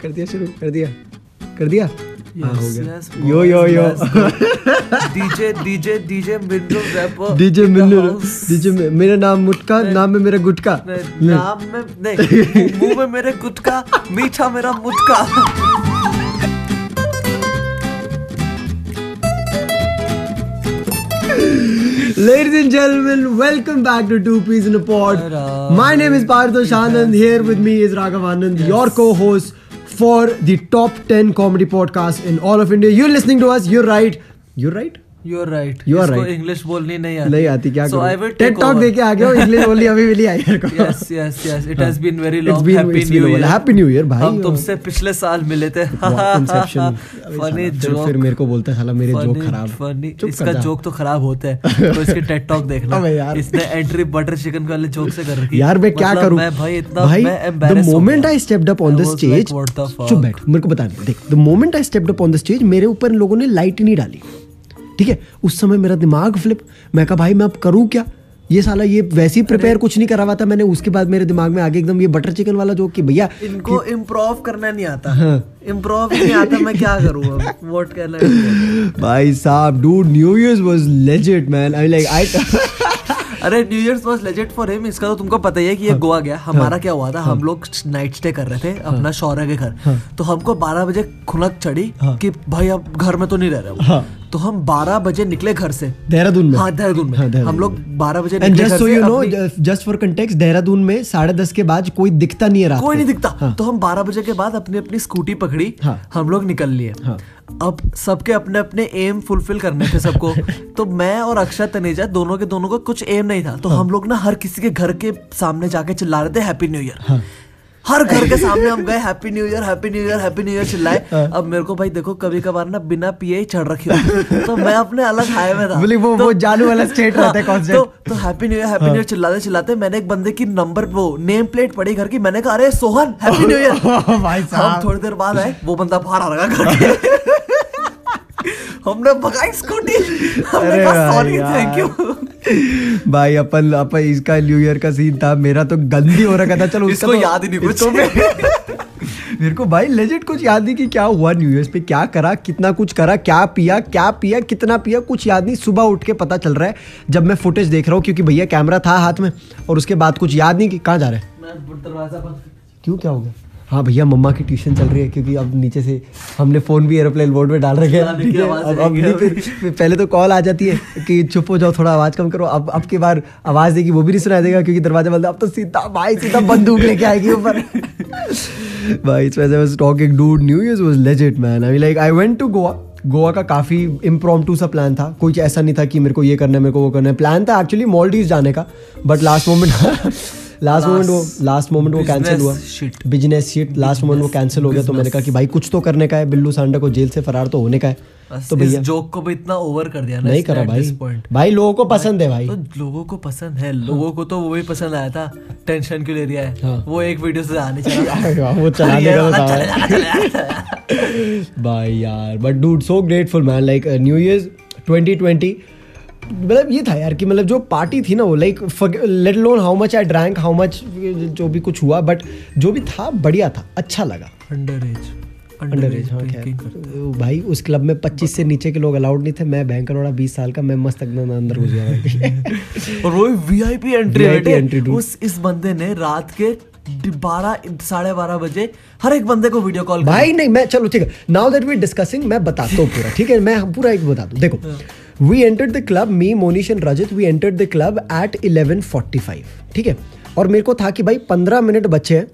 कर दिया शुरू कर दिया कर दिया हाँ, हो Yes, गया। yes, yo yo boys, yo yes, boys. DJ DJ DJ mineral rapper DJ Minnu DJ मेरा नाम मुटका नाम है मेरा गुटका ले। नाम में नहीं मुंह में मेरे गुटका मीठा मेरा मुटका Ladies and gentlemen, welcome back to Two Peas in a Pod. Alright. My name is Pardosh Anand. Here with me is Raghav Anand, your co-host for the top 10 comedy podcast in all of India. You're listening to us. You're right. You're right. You are right You are right. English बोलनी नहीं आती नहीं आती क्या so I करूं? Will TED talk देके आ गया इंग्लिश बोली अभी मिली आई मेरे को। Yes yes yes it has been very It's long been- happy it's been a new while. Year Happy New Year, भाई। हम तुमसे पिछले साल मिले थे Conception. अबे फनी साला, फिर- फिर जोक मेरे को बोलता है, साला मेरे जोक खराब फनी चुप इसका कर जा। जोक तो खराब होता है तो इसके टेड टॉक देखना अबे यार। इसने एंट्री बटर चिकन वाले जोक से कर रखी यार मैं क्या मतलब करूं मैं भाई इतना मैं the embarrass moment I stepped up on I the was stage like, what the fuck? चुप बैठ मेरे को बता दे देख the moment I stepped up on the stage मेरे ऊपर इन लोगों ने लाइट ही नहीं डाली ठीक है उस समय मेरा दिमाग फ्लिप मैं कहा भाई मैं अब करूँ क्या ये साला ये वैसे ही प्रिपेयर कुछ नहीं करा हुआ था मैंने उसके बाद मेरे दिमाग में आगे एकदम ये बटर चिकन वाला जोक कि हाँ। भैया इनको इम्प्रोव करना नहीं आता इम्प्रोव नहीं आता मैं क्या करूँ अब व्हाट कैन आई भाई साहब dude new year was legit man I like I अरे new years was legend for him इसका तो तुमको पता ही है कि हाँ। ये गोवा गया हमारा क्या हुआ था हम लोग नाइट स्टे कर रहे थे अपना शौर्य के हाँ। घर तो हमको 12 बजे खुनक चढ़ी कि भाई अब घर में तो नहीं रह रहे वो। हाँ। तो हम 12 बजे निकले घर से देहरादून में हाँ देहरादून में हाँ, देहरादून हम लोग 12 बजे एंड निकले जस्ट घर सो से यू नो अपनी- जस्ट फॉर कंटेक्स्ट देहरादून में साढ़े दस के बाद कोई दिखता नहीं है रात कोई को। नहीं दिखता तो हम 12 बजे के बाद अपनी अपनी स्कूटी पकड़ी हाँ। हम लोग निकल लिए हाँ। अब सबके अपने अपने एम फुलफिल करने थे सबको तो मैं और अक्षय तनेजा दोनों के दोनों का कुछ एम नहीं था तो हाँ। हम लोग ना हर किसी के घर के सामने जाके चिल्ला रहे थे हैप्पी न्यू ईयर हाँ। हर घर के सामने हम गए happy new year happy new year happy new year चिल्लाए हाँ। अब मेरे को भाई देखो कभी कभार ना बिना पिए ही चढ़ रखी हो तो मैं अपने अलग हाई में था बोली वो- वो जानू वाला state रहता है constant। तो तो हैप्पी न्यू ईयर हैप्पी हाँ। न्यू ईयर चिल्लाते चिल्लाते मैंने एक बंदे की नंबर वो नेम प्लेट पड़ी घर की मैंने कहा अरे सोहन हैप्पी न्यू ईयर भाई हम तो साहब थोड़ी देर बाद आए वो बंदा बाहर आ रहा घर के हमने भगाई स्कूटी हमने अरे कहा भाई सॉरी यार। थैंक यू भाई अपन अपन इसका न्यू ईयर का सीन था मेरा तो गंदी हो रखा था चलो उसका इसको तो- याद ही नहीं कुछ। इसको मैं- मेरे को भाई लेजिट कुछ याद नहीं कि क्या हुआ न्यू ईयर पे क्या करा कितना कुछ करा क्या पिया क्या पिया कितना पिया कुछ याद नहीं सुबह उठ के पता चल रहा है जब मैं फुटेज देख रहा हूँ क्योंकि भैया कैमरा था हाथ में और उसके बाद कुछ याद नहीं कि कहाँ जा रहा है दरवाजा बंद क्यों क्या हो गया हाँ भैया मम्मा की ट्यूशन चल रही है क्योंकि अब नीचे से हमने फोन भी एरोप्लेन मोड में डाल रखे हैं डालने की ठीक है? हाँ, आवाज़ अब अब आएगी नहीं, अभी। फिर फिर पहले तो कॉल आ जाती है कि चुप हो जाओ थोड़ा आवाज कम करो अब अब की बार आवाज देगी वो भी नहीं सुनाई देगा क्योंकि दरवाजा बंद है। अब तो सीधा भाई सीधा बंदूक लेके आएगी ऊपर भाई it's I was talking dude new year was legit man I like I went to Goa Goa का काफ़ी इम्प्रोम्प्टू सा प्लान था कुछ ऐसा नहीं था कि मेरे को ये करना है मेरे को वो करना है प्लान था एक्चुअली मॉलडीव जाने का but last moment last moment वो लास्ट मोमेंट वो कैंसिल Business हुआ shit. Business shit last moment वो कैंसिल हो गया तो मैंने कहा कि भाई कुछ तो करने का है बिल्लू सांडा को जेल से फरार तो होने का है तो इस भैया जोक को भी इतना ओवर कर दिया ना नहीं इसने करा at भाई this point। भाई लोगों को पसंद है भाई तो लोगों को पसंद है लोगों को तो वो भी पसंद आया था टेंशन क्यों ले रहा है हाँ। वो एक वीडियो से आने चला अरे वाह, वो अरे चलाने ये का तो वाला चले था जाना, चले जाना। तो भाई यार but dude so grateful man like new year 2020 मतलब ये था यार कि मतलब जो पार्टी थी ना वो like let alone how much I drank how much जो भी कुछ हुआ बट जो भी था बढ़िया था अच्छा लगा अंडर एज अंडर एज हाँ खैर भाई उस क्लब में 25 से नीचे के लोग अलाउड नहीं थे मैं बैंकरोड़ा 20 साल का मैं मस्त एकदम अंदर घुस गया भाई। और वो वीआईपी एंट्री VIP entry, बेटे dude. उस इस बंदे ने रात के बारह साढ़े बारह बजे हर एक बंदे को वीडियो कॉल भाई नहीं मैं चलो ठीक है नाउ दैट वी डिस्कसिंग मैं बताता हूँ पूरा ठीक है मैं पूरा एक बता दूँ देखो हाँ। We entered the club me Monish and Rajat we entered the club at 11:45 ठीक है और मेरे को था कि भाई 15 मिनट बचे हैं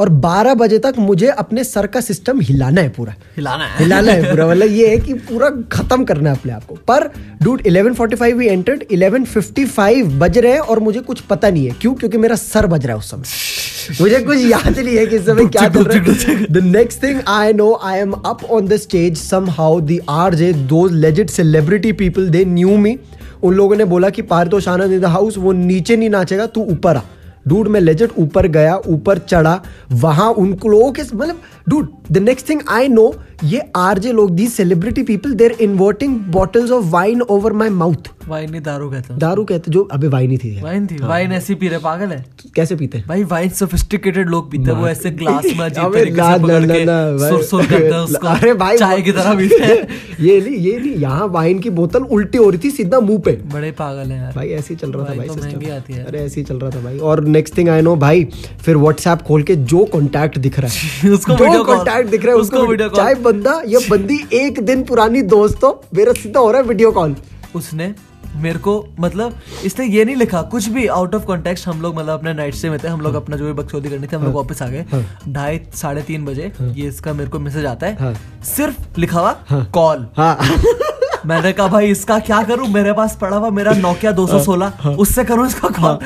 और 12 बजे तक मुझे अपने सर का सिस्टम हिलाना है पूरा हिलाना है हिलाना है पूरा मतलब ये है कि पूरा खत्म करना है अपने आप को पर डूड 11:45 वी एंटर्ड 11:55 बज रहे हैं और मुझे कुछ पता नहीं है क्यों क्योंकि मेरा सर बज रहा है उस समय मुझे कुछ याद नहीं है कि इस समय क्या चल रहा है the next thing I know I am up on the stage somehow the R J दो legend celebrity people they knew me उन लोगों ने बोला कि Paritosh Anand in the house वो नीचे नहीं नाचेगा तू ऊपर आ डूड मैं लेजेट ऊपर गया ऊपर चढ़ा वहां उन लोगों के मतलब dude the next thing I know ये आरजे लोग the celebrity people they're inverting bottles of wine over my mouth wine नहीं दारू कहता हूँ दारू कहते जो अबे वाइन ही थी यार। वाइन थी वाइन ऐसी पी रहे पागल है कैसे पीते हैं भाई वाइन सोफिस्टिकेटेड लोग पीते हैं तो वो ऐसे ग्लास में अजीब हाँ। अबे तरीके ना, से ना, पकड़ ना, के ना, भाई। सुर सुर करते हैं उसको अरे भाई चाय की तरह पीते हैं ये नहीं ये नहीं यहाँ वाइन की बोतल उल्टी हो रही थी सीधा मुंह पे बड़े पागल हैं यार भाई ऐसे ही चल रहा था भाई भाई तो महंगी आती है। सिस्टम अरे ऐसे ही चल रहा था भाई और नेक्स्ट थिंग आई नो भाई फिर व्हाट्सएप खोल के जो कांटेक्ट दिख रहा है उसको जो video call, कांटेक्ट दिख रहा है उसको video call। चाहे बंदा या बंदी एक दिन पुरानी दोस्तों मेरा सीधा हो रहा है वीडियो कॉल उसने मेरे को मतलब इसने ये नहीं लिखा कुछ भी आउट ऑफ कॉन्टेक्स्ट हम लोग मतलब अपने नाइट से में थे हम हाँ। लोग अपना जो भी बकचोदी करनी थी हम लोग वापस आ गए ढाई साढ़े तीन बजे ये इसका मेरे को मैसेज आता है हाँ। सिर्फ लिखा हुआ कॉल हाँ मैंने कहा भाई इसका क्या करूं मेरे पास पड़ा हुआ मेरा नोकिया 216 उससे करूं इसका कॉल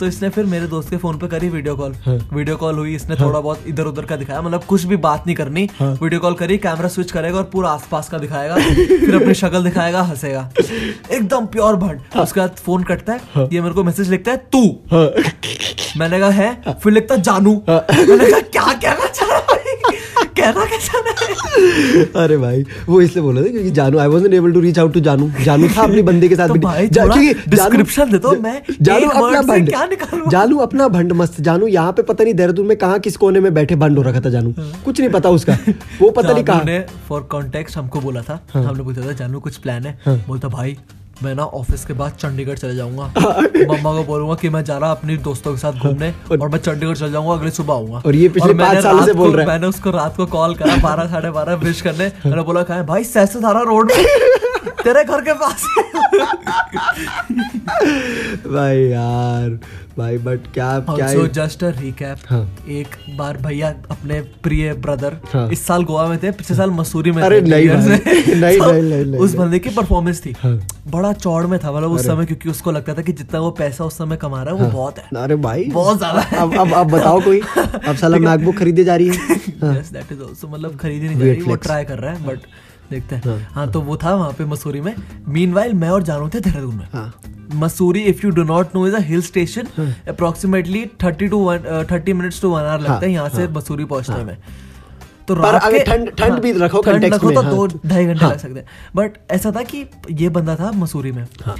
तो इसने फिर मेरे दोस्त के फोन पे करी वीडियो कॉल वीडियो कॉल हुई इसने थोड़ा बहुत इधर उधर का दिखाया मतलब कुछ भी बात नहीं करनी वीडियो कॉल करी कैमरा स्विच करेगा और पूरा आसपास का दिखाएगा फिर अपनी शक्ल दिखाएगा हंसेगा एकदम प्योर भंड उसके बाद फोन कटता है ये मेरे को मैसेज लिखता है तू हाँ। मैंने कहा है फिर लिखता जानू मैंने कहा क्या कहना चाह रहा है भाई? कहना क्या चाह रहा है अरे भाई वो इसलिए बोला था क्योंकि जानू I wasn't able to reach out to जानू जानू था अपने बंदे के साथ तो भी भाई जा- थोड़ा क्योंकि जानू- description दे दो, मैं जानू एक अपना word से भंड क्या निकालूं? जानू अपना भंड मस्त जानू यहाँ पे पता नहीं देहरादून में कहाँ किस कोने में बैठे भंड हो रखा था जानू हाँ। कुछ नहीं पता उसका वो पता नहीं कहाँ हाँ। ने फॉर कॉन्टेक्स्ट हमको बोला था हमने पूछा था जानू कुछ प्लान है बोलता भाई मैं ना ऑफिस के बाद चंडीगढ़ चले जाऊंगा मम्मा को बोलूंगा कि मैं जा रहा अपने दोस्तों के साथ घूमने हाँ। और- और मैं चंडीगढ़ चले जाऊंगा अगले सुबह आऊंगा और ये पिछले और मैंने पाँच सालों से रात बोल हाँ। को- रहा है। मैंने उसको रात को कॉल करा बारह साढ़े बारह विश करने हाँ। मैंने बोला कहा भाई सैसधारा रोड में तेरे घर के पास भाई यार भाई बट क्या क्या ऑल्सो जस्ट अ हाँ। रिकैप एक बार भैया अपने प्रिय हाँ। ब्रदर इस साल गोवा में थे पिछले साल मसूरी में अरे थे, नहीं New Year's भाई, में। नहीं, So, नहीं, नहीं, नहीं, उस नहीं। बंदे की परफॉर्मेंस थी हाँ। बड़ा चौड़ में था मतलब उस अरे। हाँ। समय क्योंकि उसको लगता था कि जितना वो पैसा उस समय कमा रहा है वो बहुत है अरे भाई बहुत ज्यादा है। अब अब अब बताओ कोई अब साला मैकबुक खरीदे जा रही है Yes, that is also, मतलब खरीदी नहीं जा हाँ। Weird रही वो flex। ट्राई कर रहा है बट देखते हैं हाँ तो वो था वहाँ पे मसूरी में मीनवाइल मैं और जानू थे देहरादून में हाँ Mussoorie if you do not know is a hill station approximately thirty two thirty minutes to one hour लगता है यहाँ से मसूरी पहुंचने में तो हाँ, पर रात अगर के- ठंड- ठंड हाँ, भी रखो ठंड context रखो में, तो हाँ। दो ढाई घंटे हाँ। लग सकते हैं बट ऐसा था कि ये बंदा था मसूरी में हाँ।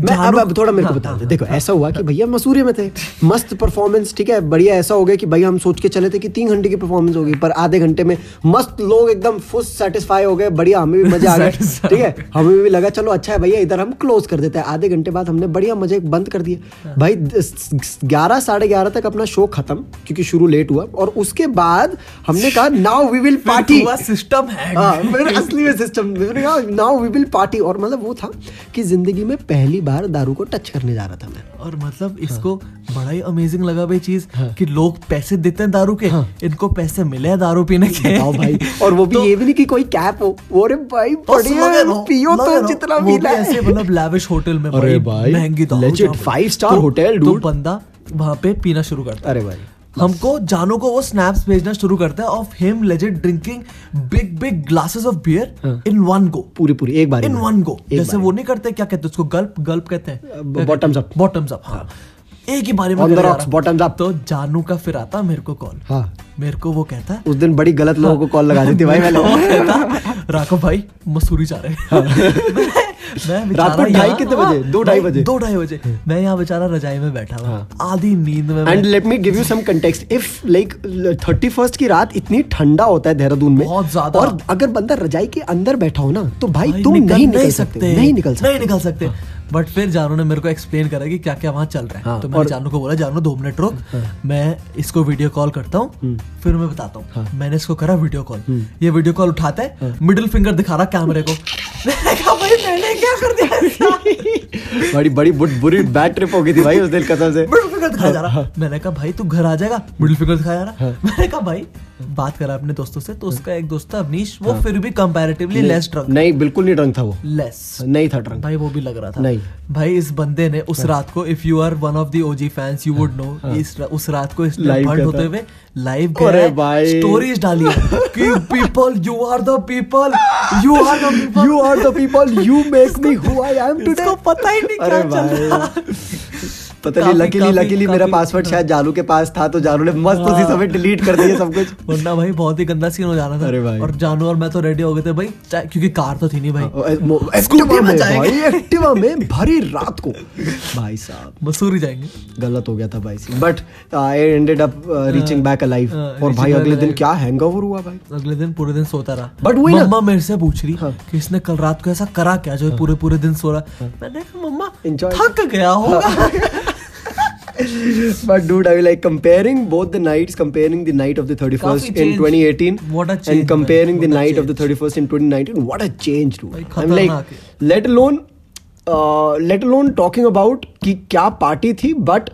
मैं अब जानू- अब थोड़ा मेरे को हाँ, बता हाँ, दे देखो ऐसा हुआ कि भैया मसूरी में थे मस्त परफॉर्मेंस ठीक है बढ़िया ऐसा हो गया कि भैया हम सोच के चले थे कि तीन घंटे की परफॉर्मेंस होगी पर आधे घंटे में मस्त लोग एकदम फुल सेटिस्फाई हो गए बढ़िया हमें भी मजा आ गया Satisfy। ठीक है हमें भी लगा चलो अच्छा है भैया इधर हम क्लोज कर देते हैं आधे घंटे बाद हमने बढ़िया मजे बंद कर हाँ। दिया भाई ग्यारह साढ़े ग्यारह तक अपना शो खत्म क्योंकि शुरू लेट हुआ और उसके बाद हमने कहा नाउ वी विल फिर पार्टी हुआ सिस्टम हैंग हाँ, फिर असली में system now we will party और मतलब वो था कि जिंदगी में पहली बार दारू को टच करने जा रहा था मैं और हाँ। मतलब इसको बड़ा ही अमेजिंग लगा भाई चीज कि लोग पैसे देते हैं दारू के इनको पैसे मिले हैं दारू पीने के हाँ। बताओ भाई और वो भी तो ये भी नहीं कि कोई कैप हो वो अरे भाई बस लगे बढ़िया रहो, पियो लगे तो रहो। जितना वो पीना भी ऐसे है मतलब lavish होटल में अरे भाई, महंगी दारू legit जहाँ पे- five star hotel, तो dude। बंदा वहां पे पीना शुरू करता है अरे भाई हमको जानो को वो स्नैप्स भेजना शुरू करता है of him legend drinking big big glasses of हाँ। बियर इन वन गो पूरी पूरी एक बार इन वन गो एक जैसे बार वो नहीं करते क्या कहते हैं उसको गल्प गल्प कहते अ, हैं Uh, bottoms up। Bottoms up हाँ एक ही बारे में On the करे जा rocks, रहा। bottoms up। तो जानू का फिर आता मेरे को कॉल हाँ मेरे को वो कहता है उस दिन बड़ी गलत लोगों को कॉल लगा दी थी भाई मैंने वो कहता, राघव भाई मसूरी जा रहे हैं मैं- मैं बेचारा हाँ। रात को ढाई यहाँ- कितने बजे? हाँ, दो ढाई मैं- बजे? हाँ। दो ढाई बजे मैं यहाँ बेचारा रजाई में बैठा हुआ आधी नींद में एंड मैं- let me give you some context if like thirty first की रात इतनी ठंडा होता है देहरादून में बहुत ज्यादा। और अगर बंदा रजाई के अंदर बैठा हो ना तो भाई भाई, तुम निकल नहीं निकल सकते नहीं निकल सकते नहीं निकल सकते बट फिर जानू ने मेरे को एक्सप्लेन करा कि क्या क्या वहाँ चल रहा है हाँ, तो मैंने और- हाँ। जानू को बोला जानू दो मिनट रुक मैं इसको वीडियो कॉल करता हूँ हम्म। फिर मैं बताता हूँ हाँ। मैंने इसको करा वीडियो कॉल ये वीडियो कॉल उठाता है मिडिल फिंगर दिखा रहा कैमरे को मैंने कहा, "भाई, मैंने क्या कर दिया ऐसा?" बड़ी बड़ी बुरी- बुरी बैड ट्रिप हो गई थी भाई उस दिन कसम से मिडिल फिंगर दिखाया जा हाँ, रहा मैंने कहा भाई तू घर आ जाएगा मिडिल फिंगर दिखाया जा रहा मैंने कहा भाई बात करा अपने दोस्तों से हाँ। तो उसका एक दोस्त था अवनीश वो फिर भी कंपैरेटिवली लेस ड्रंक नहीं बिल्कुल नहीं ड्रंक था वो लेस नहीं था ड्रंक भाई वो भी लग रहा था नहीं। हाँ। भाई इस बंदे ने उस रात को if you are one of the OG fans you would know इस रा- उस रात को इसने Live भंड गया होते था। हुए लाइव अरे गया भाई। स्टोरीज डाली है कि people you are the people you are the people you तो are the people you make me who I am today इसको पता ही नहीं क्या अरे चल भाई। रहा पता नहीं काफी- लकीली काफी- लकीली मेरा काफी- हाँ। पासवर्ड शायद जालू के पास था तो जालू ने मस्त उसी समय डिलीट कर दिया सब कुछ वरना भाई बहुत ही गंदा सीन हो जाना था अरे भाई। और जानू और मैं तो रेडी हो गए थे भाई चाहे- क्योंकि कार तो थी नहीं हाँ। भाई एक्टिवा में भाई एक्टिवा में भरी रात को भाई साहब मसूरी जाएंगे गलत हो गया था भाई uh, but I ended up reaching back alive हाँ, और reaching भाई back अगले दिन alive. क्या हैंगओवर हुआ भाई अगले दिन पूरे दिन सोता रहा But वही ना- मम्मा मेरे से पूछ रही हाँ। कि इसने कल रात को ऐसा करा क्या जो पूरे पूरे दिन सो रहा मैंने कहा मम्मा Enjoy हाँ। थक गया होगा But dude, I was like comparing both the nights, comparing the night of the 31st Kafi in change. 2018 What a and change, comparing the man. What a night of the 31st in 2019. What a change, dude. भाई, I'm like, खतरनाक है। let alone, uh, let alone talking about कि क्या party थी, but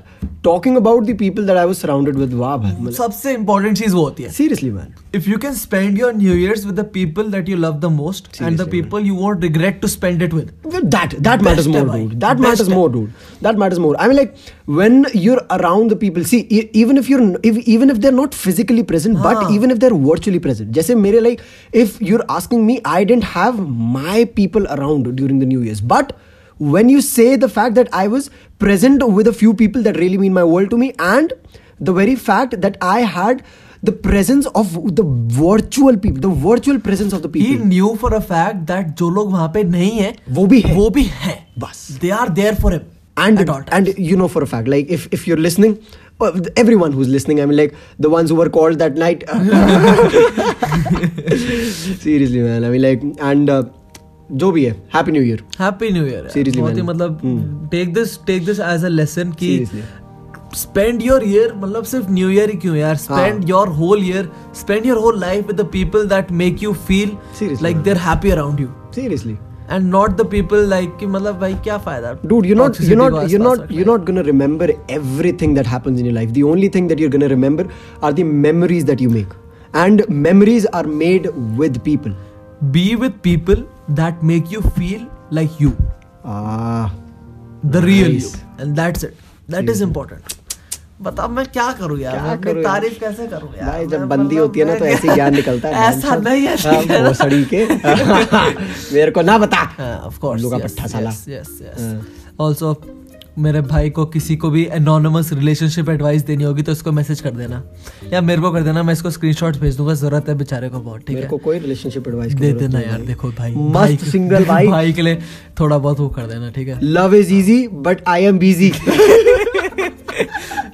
talking about the people that I was surrounded with. वाह भाई, मतलब सबसे इंपॉर्टेंट चीज वो होती है seriously man. If you can spend your new years with the people that you love the most and Seriously, the people you won't regret to spend it with That that Best matters more, है भाई, dude. That best matters है। more, dude. That matters more. I mean, like when you're around the people. See, e- even if you're if, even if they're not physically present, but हाँ. even if they're virtually present. जैसे मेरे like if you're asking me, I didn't have my people around during the New Year's, but when you say the fact that I was present with a few people that really mean my world to me, and the very fact that I had the presence of the virtual people, the virtual presence of the ही people. New for a fact that जो लोग वहां पे नहीं है वो भी है। वो भी है बस। They are there for him and at all and you know for a fact like if if you're listening uh, everyone who's listening i mean like the ones who were called that night seriously man i mean like and uh, जो भी है happy new year happy new year Seriously, बहुत ही man. Hmm. मतलब take this take this as a lesson कि Seriously. Spend your year मतलब सिर्फ new year ही क्यों हाँ। यार spend your whole year spend your whole life with the people that make you feel Seriously, like man. They are happy around you seriously and not the people like कि मतलब भाई क्या फायदा dude you're not you're Toxicity को not you're आसपास not रखना। you're not gonna remember everything that happens in your life the only thing that you're gonna remember are the memories that you make and memories are made with people be with people that make you feel like you ah the real Nice. you and that's it that is important बता मैं क्या करूँ यार क्या करूं यार? मैं अपनी तारीफ कैसे करूँ यार भाई जब मैं बंदी मतलब होती है ना तो मैं ऐसे ही ज्ञान निकलता है ऐसा भैंसोद। नहीं ऐसा हाँ, वो सड़ी के मेरे को ना बता ऑफ कोर्स लोगा पट्ठा साला यस यस हाँ। आल्सो मेरे भाई को किसी को भी एनोनिमस रिलेशनशिप एडवाइस देनी होगी तो इसको मैसेज कर देना या मेरे को कर देना मैं इसको स्क्रीनशॉट्स भेज दूंगा जरूरत है बेचारे को बहुत ठीक मेरे है को कोई रिलेशनशिप एडवाइस दे देना यार देखो भाई भाई मस्त के- सिंगल भाई भाई के लिए थोड़ा बहुत वो कर देना ठीक है love is easy but I am busy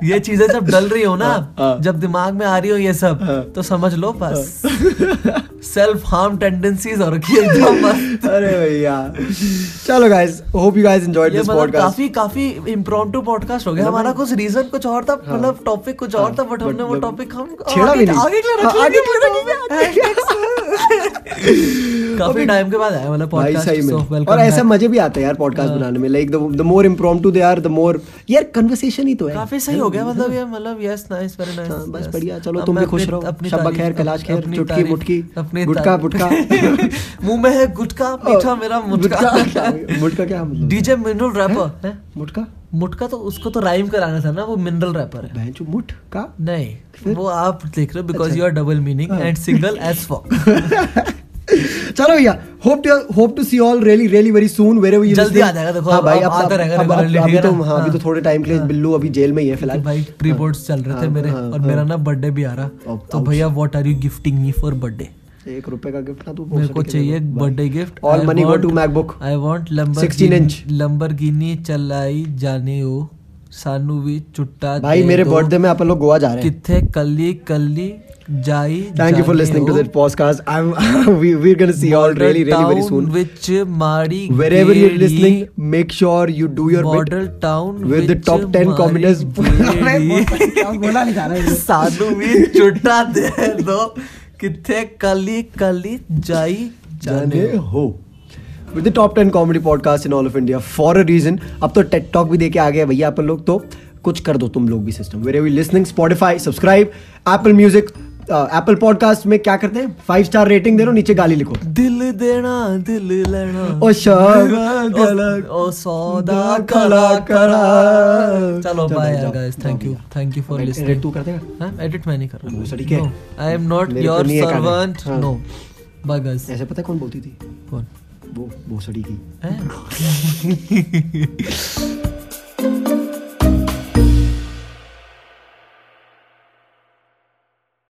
ये चीजें जब डल रही हो हाँ, ना जब दिमाग में आ रही हो ये सब तो समझ लो बस हाँ। सेल्फ हार्म टेंडेंसीज और रखी है एकदम मस्त। अरे भैया चलो guys hope you guys enjoyed ये दिस मतलब पॉडकास्ट काफी काफी इम्प्रोम्प्टू पॉडकास्ट हो गया मतलब हमारा कुछ रीजन कुछ और था मतलब टॉपिक कुछ और था बट हमने वो टॉपिक हम हाँ। मतलब छेड़ा भी आगे- नहीं। आगे के लिए रख हाँ, आगे लेंगे, के लिए रख मतलब hashtags। काफी टाइम के बाद आया मतलब भाई पॉडकास्ट सही में सो और वेलकम ऐसे मजे भी आते हैं यार पॉडकास्ट हाँ। बनाने में like the more impromptu they are the more यार कन्वर्सेशन ही तो है काफी सही हो गया मतलब ये मतलब यस नाइस वेरी नाइस हाँ, बस बढ़िया, चलो तुम भी खुश रहो। शब्बा खैर, कैलाश खैर, चुटकी, मुटकी, गुटका, पुटका। मुंह में है गुटका मीठा मेरा मुटका हाँ। क्या मुटका क्या मतलब डीजे मिनरल रैपर है मुटका मुटका तो उसको तो राइम कराना था ना वो मिनरल रैपर है बहन मुट का नहीं वो आप देख रहे हो बिकॉज अच्छा। यू आर डबल मीनिंग हाँ। एंड सिंगल एज फॉक चलो भैया hope to hope to see all really really very soon where you जल्दी आ जाएगा, देखो, हां अब- हाँ भाई अब अब आता रहेगा अब- अब- regularly, अभी ठीक है तो ना? हाँ अभी तो हाँ। थोड़े टाइम के लिए बिल्लू अभी जेल में ही है फिलहाल भाई प्री बोर्ड्स चल रहे थे हाँ, मेरे हाँ, और मेरा ना बर्थडे भी आ रहा अब- तो भैया what are you gifting me for birthday हाँ। एक रुपए का गिफ्ट ना तू मेरे को चाहिए birthday gift all money go to MacBook I want लंबर 16 इंच। लंबरगिनी चलाई जाने ओ सानू भी चुट्टा भाई दे मेरे दो। बर्थडे में अपन लोग गोवा जा रहे हैं किथे कल्ली कल्ली जाई thank you for listening to this podcast I am we we are gonna see all really really very soon विच मारी wherever you're listening make sure you do your bit model town with the top 10 communists बोला नहीं जा रहा है सानू भी चुट्टा दे दो किथे कल्ली कल्ली जाई जाने जाने ओ। हो with the top 10 comedy podcast in all of India for a reason अब तो टेट टॉक भी देके आ गए भैया अपन लोग तो कुछ कर दो तुम लोग भी system where we listening Spotify subscribe Apple Music Apple podcast uh, में क्या करते हैं फाइव स्टार रेटिंग दे दो नीचे गाली लिखो दिल देना दिल लेना ओ शग- ओ- ओ सौदा करा करा चलो बाय यार guys thank you thank you for Edit listening तू कर देगा एडिट हाँ, मैं नहीं कर रहा भूसड़ी के। आई एम नॉट मेरे को योर नहीं है करना। सर्वेंट हाँ। नो बाय गाइस ऐसे पता है कौन बोलती थी कौन वो भोसड़ी की हैं?